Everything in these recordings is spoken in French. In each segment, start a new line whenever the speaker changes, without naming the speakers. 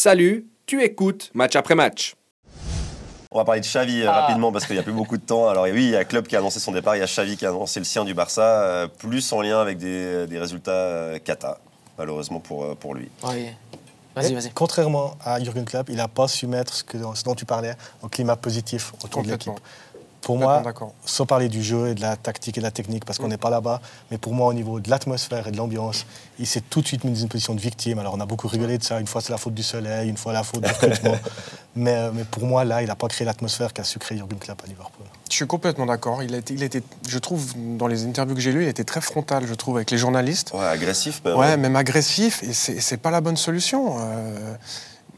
Salut, tu écoutes match après match.
On va parler de Xavi euh, rapidement parce qu'il n'y a plus beaucoup de temps. Alors et oui, il y a Klopp qui a annoncé son départ, il y a Xavi qui a annoncé le sien du Barça, euh, plus en lien avec des, des résultats euh, cata, malheureusement pour, euh, pour lui.
Oui. Vas-y, vas-y.
Contrairement à Jürgen Klopp, il n'a pas su mettre ce, que, ce dont tu parlais, un climat positif autour de
Complètement.
l'équipe. Pour
Complètement
moi,
d'accord. Mm.
sans parler du jeu et de la tactique et de la technique, parce qu'on n'est pas là-bas, mais pour moi, au niveau de l'atmosphère et de l'ambiance, il s'est tout de suite mis dans une position de victime. Alors, on a beaucoup rigolé de ça. Une fois, c'est la faute du soleil, une fois, la faute du recrutement. mais, euh, mais pour moi, là, il n'a pas créé l'atmosphère qu'a su créer Jürgen Klopp à Liverpool.
Je suis complètement d'accord. Il a été, il a été- je trouve, dans les interviews que j'ai lues, il était très frontal, je trouve, avec les journalistes.
Ouais, agressif. bah,
Ouais, même agressif, et c'est c'est pas la bonne solution. Euh,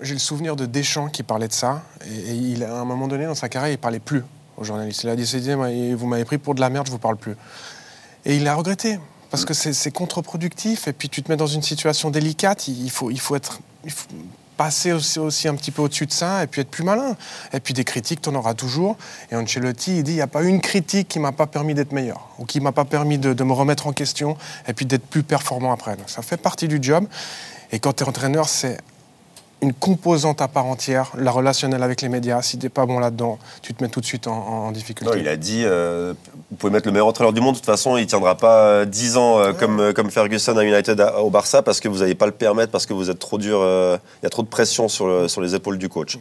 J'ai le souvenir de Deschamps qui parlait de ça, et, et il, à un moment donné dans sa carrière, il parlait plus aux journalistes. Il a décidé, moi, et vous m'avez pris pour de la merde, je vous parle plus. Et il a regretté, parce que c'est c'est contre-productif, et puis tu te mets dans une situation délicate, il, il faut, il faut être... il faut passer aussi, aussi un petit peu au-dessus de ça, et puis être plus malin. Et puis des critiques, t'en auras toujours. Et Ancelotti, il dit, il n'y a pas une critique qui m'a pas permis d'être meilleur, ou qui m'a pas permis de, de me remettre en question, et puis d'être plus performant après. Donc ça fait partie du job. Et quand tu es entraîneur, c'est une composante à part entière, la relationnelle avec les médias. Si t'es pas bon là-dedans, tu te mets tout de suite en, en difficulté.
Non, Oh, il a dit, euh, vous pouvez mettre le meilleur entraîneur du monde, de toute façon, il tiendra pas euh, 10 ans euh, comme, euh, comme Ferguson à United à- au Barça parce que vous n'allez pas le permettre, parce que vous êtes trop dur, euh, il y a trop de pression sur, le- sur les épaules du coach.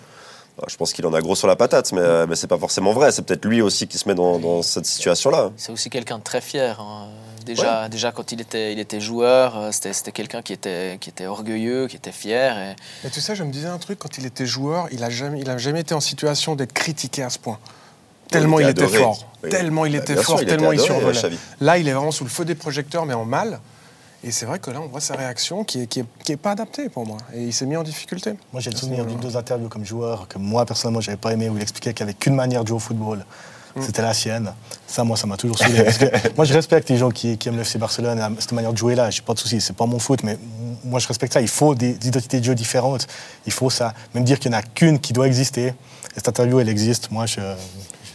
Alors, je pense qu'il en a gros sur la patate, mais, euh, mais c'est pas forcément vrai. C'est peut-être lui aussi qui se met dans, dans cette situation-là.
C'est aussi quelqu'un de très fier. hein. Déjà, déjà, quand il était, il était joueur, euh, c'était c'était quelqu'un qui était, qui était orgueilleux, qui était fier. et-
Et tu sais, je me disais un truc, quand il était joueur, il n'a jamais, il a jamais été en situation d'être critiqué à ce point. Tellement il
était
était,
adoré.
fort,
Oui.
tellement il
Bah,
était
bien sûr,
fort,
il était
tellement il
adoré,
survolait.
Xavi.
Là, il est vraiment sous le feu des projecteurs, mais en mal. Et c'est vrai que là, on voit sa réaction qui n'est qui est, qui est pas adaptée pour moi. Et il s'est mis en difficulté.
Moi, j'ai le
À ce
souvenir d'une
niveau-là.
deux interviews comme joueur que moi, personnellement, j'avais pas aimé, où il expliquait qu'il n'y avait qu'une manière de jouer au football. C'était la sienne. Ça, moi, ça m'a toujours saoulé. parce que moi, je respecte les gens qui, qui aiment le FC Barcelone, la- cette manière de jouer là. J'ai pas de souci, c'est pas mon foot, mais m- moi, je respecte ça. Il faut des, des identités de jeu différentes. Il faut ça. Même dire qu'il n'y en a qu'une qui doit exister. Et cette interview, elle existe. Moi, je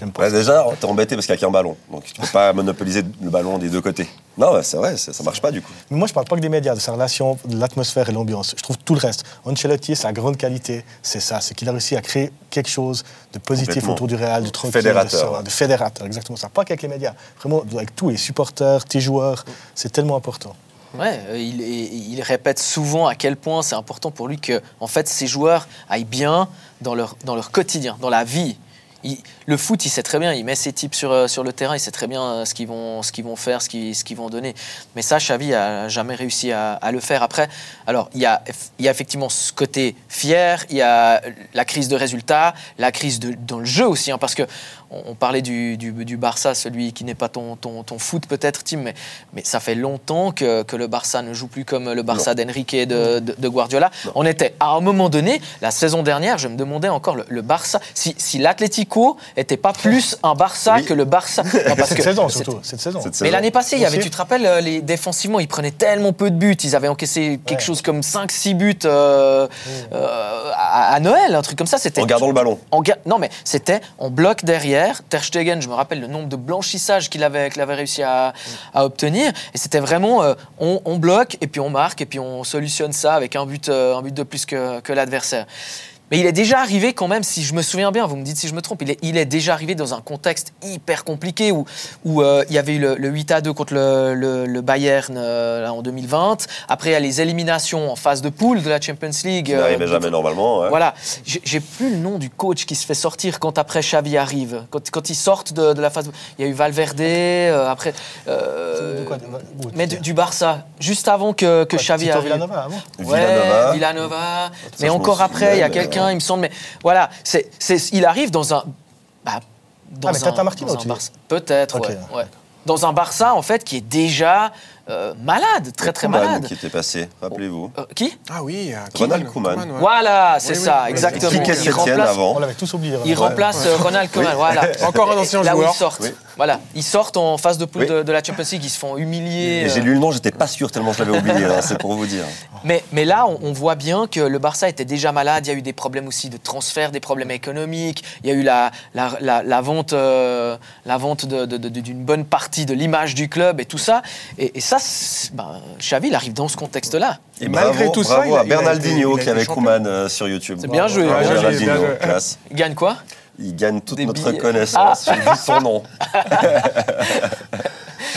n'aime pas.
Ouais,
ça.
déjà, t'es embêté parce qu'il n'y a qu'un ballon. Donc tu peux pas monopoliser le ballon des deux côtés. Non, bah, c'est vrai, ça ça marche pas du coup.
Mais moi, je parle pas que des médias, de sa relation, de l'atmosphère et l'ambiance. Je trouve tout le reste. Ancelotti, sa grande qualité, c'est ça. C'est qu'il a réussi à créer quelque chose de positif
Complètement.
autour du Real, de tranquille,
Fédérateur.
De, serein, de fédérateur, exactement ça. Pas qu'avec les médias. Vraiment, avec tous les supporters, tes joueurs. C'est tellement important.
Ouais, euh, il, il- il répète souvent à quel point c'est important pour lui que en fait, ces joueurs aillent bien dans leur, dans leur quotidien, dans la vie. Il- le foot, il sait très bien, il met ses types sur, euh, sur le terrain, il sait très bien euh, ce qu'ils vont, ce qu'ils vont faire, ce qu'ils, ce qu'ils vont donner. Mais ça, Xavi a jamais réussi à, à le faire. Après, alors, il y, a, eff- il y a effectivement ce côté fier, il y a la crise de résultats, la crise de, dans le jeu aussi, hein, parce que on, on parlait du, du, du Barça, celui qui n'est pas ton, ton, ton foot peut-être, Tim, mais, mais ça fait longtemps que, que le Barça ne joue plus comme le Barça d'Enrique et de, de- de Guardiola. On était à un moment donné, la saison dernière, je me demandais encore le, le Barça, si, si l'Atlético était pas plus un Barça
Oui.
que le Barça. Non, parce
Bah, cette
que
saison,
c'était-
surtout. Cette saison.
Cette
mais
saison.
l'année passée, il y avait,
Aussi.
tu te rappelles, euh, les, défensivement, ils prenaient tellement peu de buts. Ils avaient encaissé quelque
Ouais.
chose comme 5-6 buts euh, euh, à, à Noël, un truc comme ça. C'était
En gardant le ballon.
en ga- non, mais c'était en bloc derrière. Ter Stegen, je me rappelle le nombre de blanchissages qu'il avait, qu'il avait réussi à, à obtenir. Et c'était vraiment, euh, on, on bloque et puis on marque et puis on solutionne ça avec un but, euh, un but de plus que, que l'adversaire. Mais il est déjà arrivé quand même, si je me souviens bien, vous me dites si je me trompe, il est, il est déjà arrivé dans un contexte hyper compliqué où, où euh, il y avait eu le, le 8 à 2 contre le, le- le Bayern euh, là, en 2020. Après, il y a les éliminations en phase de poule de la Champions League.
Il
euh,
n'arrivait jamais normalement. ouais.
voilà, j'ai j'ai plus le nom du coach qui se fait sortir quand après Xavi arrive, quand, quand ils sortent de, de la phase. Il y a eu Valverde, euh, après. euh,
De quoi, de- où tu
mais
dis-
du, du Barça, juste avant que, que
Ouais,
Xavi
Tito
arrive.
Villanova, avant.
Ouais,
Villanova.
Villanova.
je
Mais
m'en
encore après,
souviens,
il y a
mais,
quelqu'un,
euh,
il me semble. Mais voilà, c'est c'est- il arrive dans un. bah, dans
Ah, mais Tata
un-
Martino,
dans un
tu dis
Barça. Peut-être,
Ok.
ouais, ouais. Dans un Barça, en fait, qui est déjà euh, malade, très très
Koeman
malade.
qui était passé, rappelez-vous.
Euh, qui
Ah oui, euh,
Ronald Koeman.
ouais.
Voilà,
Oui,
c'est
oui,
ça,
oui,
exactement.
Qui
Exactement.
qu'est-ce
Il
qu'il tienne
remplace-
avant
On l'avait tous oublié.
il
vraiment.
remplace euh, Ronald Koeman, voilà.
Encore un ancien
Là où
joueur.
ils sortent.
Oui.
Voilà, ils sortent en phase de poule
Oui.
de, de la Champions League, ils se font humilier.
Et J'ai
euh,
lu le nom, j'étais pas sûr tellement je l'avais oublié, hein, c'est pour vous dire.
Mais, mais là, on, on voit bien que le Barça était déjà malade. Il y a eu des problèmes aussi de transfert, des problèmes économiques. Il y a eu la, la, la- la vente, euh, la vente de- de- de- d'une bonne partie de l'image du club et tout ça. Et, et ça, c'est- ben, Xavi, il arrive dans ce contexte-là.
Et,
malgré
bravo,
tout ça,
bravo
il a-
à
il a été-
Bernaldinho
il a
qui est
été
avec
champion.
Koeman euh, sur YouTube.
C'est bien joué,
Bravo,
bien joué,
Bernaldinho,
bien joué.
classe.
Il gagne quoi
Il gagne toute
Des
notre
billets.
connaissance,
Ah.
j'ai vu son nom.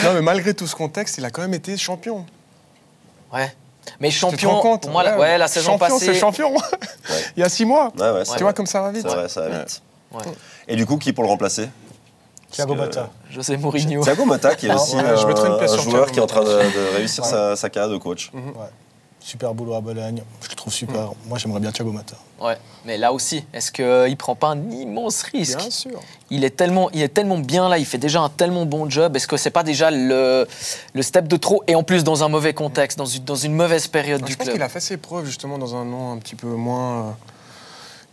Non, mais malgré tout ce contexte, il a quand même été champion.
Ouais. Mais
Tu te rends
champion,
compte
pour moi, la- ouais, la saison
champion,
passée.
c'est champion. il y a six mois.
Ouais, ouais, c'est
tu
vrai.
vois comme ça va
C'est
vite.
vrai, ça va vite.
Ouais.
Et du coup, qui pour le remplacer
Thiago
Parce que-
Motta.
José Mourinho.
Thiago Motta, qui est
Ah,
aussi
ouais,
un,
je mettrais une pièce
un
sur
joueur
Thiago
qui est en train de,
Motta.
de réussir sa, sa carrière de coach.
Ouais. Super boulot à Bologne. Je le trouve super.
Mm.
Moi, j'aimerais bien Thiago Motta.
Ouais. Mais là aussi, est-ce qu'il prend pas un immense risque
Bien sûr.
il est, tellement, il est tellement bien là, il fait déjà un tellement bon job. Est-ce que c'est pas déjà le, le step de trop Et en plus, dans un mauvais contexte, dans une, dans une mauvaise période
Je
du
pense
club.
qu'il a fait ses preuves justement dans un nom un petit peu moins euh,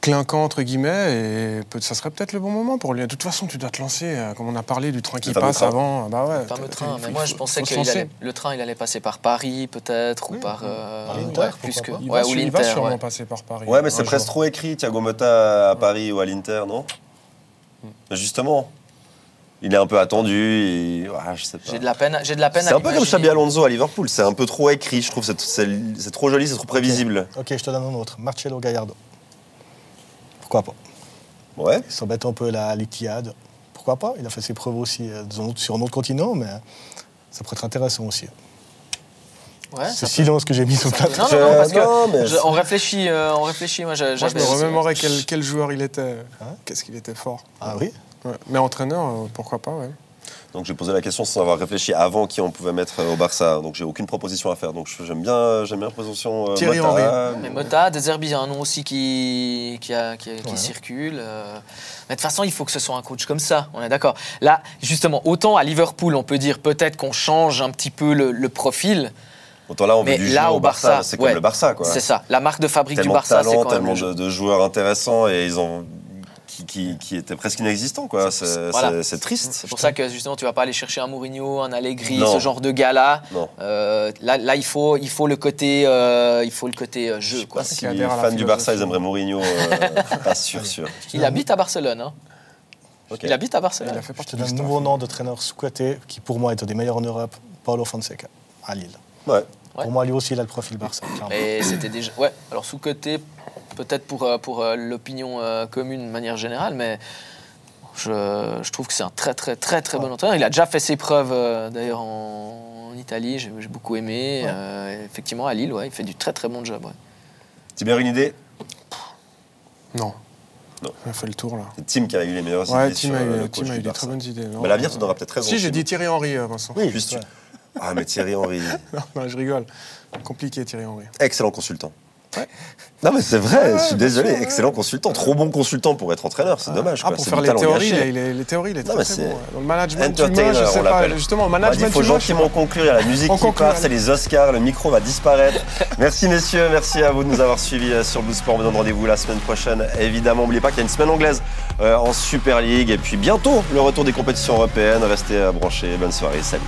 clinquant entre guillemets et peut- ça serait peut-être le bon moment pour lui. De toute façon, tu dois te lancer, euh, comme on a parlé du train qui
Le fameux
passe
train.
avant. Bah ouais,
Le fameux
t'as-
train,
il
mais
faut-
moi je
faut-
pensais
faut se
que
lancer.
le train il allait passer par Paris peut-être ou par euh,
Par l'Inter,
ouais,
pourquoi
plus que
pas.
Il
ouais,
va,
ou
su- il
l'Inter.
va sûrement
ouais.
passer par Paris.
Ouais, mais c'est
un
presque
jour.
trop écrit, Thiago Motta à Paris ou à l'Inter, non Justement. Il est un peu attendu, et... ouais, je sais pas.
J'ai de la peine, j'ai de la peine.
C'est
à
un peu comme
l'imaginer.
Xabi Alonso à Liverpool, c'est un peu trop écrit, je trouve, c'est- c'est c'est trop joli, c'est trop prévisible.
Ok, je te donne un autre. Marcelo Gallardo. Pourquoi pas
Ouais.
Il s'embête un peu à l'Itihad. Pourquoi pas Il a fait ses preuves aussi euh, dans un autre- sur un autre continent, mais ça pourrait être intéressant aussi.
Ouais,
Ce
ça-
silence que j'ai mis sur le
ça-
plateau.
Non, non, non, parce
Euh, non,
que
mais-
je- on réfléchit, euh, on réfléchit. Moi, je,
Moi, je me remémorais quel, quel joueur il était. euh,
Hein
Qu'est-ce qu'il était fort.
Ah oui
Ouais. Mais entraîneur, euh, pourquoi pas, ouais.
Donc j'ai posé la question sans avoir réfléchi avant qui on pouvait mettre euh, au Barça. Donc j'ai aucune proposition à faire. Donc je- j'aime bien, euh, j'aime bien la proposition. euh,
Thierry
Motta.
Mais Mota, Deserbi, il y a un nom aussi qui, qui, a- qui- qui
Ouais.
circule. euh. Mais de toute façon, il faut que ce soit un coach comme ça, on est d'accord. Là, justement, autant à Liverpool, on peut dire peut-être qu'on change un petit peu le, le profil.
Autant là on veut
Mais
du
là,
jeu
au
au Barça,
Barça,
c'est
ouais.
comme le Barça quoi.
C'est ça, la marque de fabrique
Tellement
du Barça,
de
c'est
talent,
quand même
tellement
le jeu.
de, de joueurs intéressants et ils ont qui, qui, qui étaient presque inexistants quoi. C'est c'est-
voilà.
c'est triste.
C'est pour ça que justement, tu vas pas aller chercher un Mourinho, un Allegri,
Non.
ce genre de gars-là.
Non.
Euh, là, là, il faut, il faut le côté, euh, il faut le côté euh,
Je
jeu.
sais
Quoi.
pas si
Qui
les
adhère à la
fans du Barça
philosophie.
ils aimeraient Mourinho. euh, je suis pas sûr sûr.
Il habite à Barcelone. hein.
Mhm. Ok.
Il habite à
Il a
Barcelone.
fait
Je te
partie
donne
du
un
staff.
nouveau nom de traîneur sous-côté qui, pour moi, est un des meilleurs en Europe, Paulo Fonseca, à Lille.
Ouais.
Ouais.
Pour moi, lui aussi, il a le profil Barça. clairement.
Et c'était déjà. Ouais, alors sous-côté, peut-être pour, euh, pour euh, l'opinion euh, commune de manière générale, mais je, je trouve que c'est un très, très, très, très bon entraîneur. Il a déjà fait ses preuves, euh, d'ailleurs, en, en Italie, j'ai j'ai beaucoup aimé. Euh, effectivement, à Lille, ouais, il fait du très, très bon job. ouais.
C'est bien une idée.
Non.
Non.
On a fait le tour, là.
C'est Tim qui a eu les meilleures
Ouais,
idées sur
Tim a
euh,
eu,
le
Tim
coach
a eu
du
des
Barça.
très bonnes idées. non.
Mais à l'avenir, tu en auras peut-être raison.
Si, j'ai
Tim.
dit Thierry Henry, euh, Vincent.
Oui,
Puis tu-
ouais.
Ah mais Thierry Henry.
Non, je rigole. Compliqué, Thierry Henry.
Excellent consultant. Non mais c'est vrai, je suis désolé, excellent consultant, trop bon consultant pour être entraîneur, c'est dommage.
Ah,
quoi,
pour
c'est
faire
du
les
talent
théories, il
gâché.
est, il est- les théories, il est
Non,
très,
mais
très
c'est-
bon. ouais. Dans le management humain,
Entertainer,
je sais
on
pas.
l'appelle.
Justement, au
On m'a dit,
management
faut
humain, je sais
gentiment
pas.
conclure, il y a la musique
On
qui
conclut,
part,
allez.
c'est les Oscars, le micro va disparaître. merci messieurs, merci à vous de nous avoir suivis euh, sur Blue Sport. On vous donne rendez-vous la semaine prochaine. Évidemment, n'oubliez pas qu'il y a une semaine anglaise euh, en Super League et puis bientôt le retour des compétitions européennes. Restez euh, branchés, bonne soirée, salut.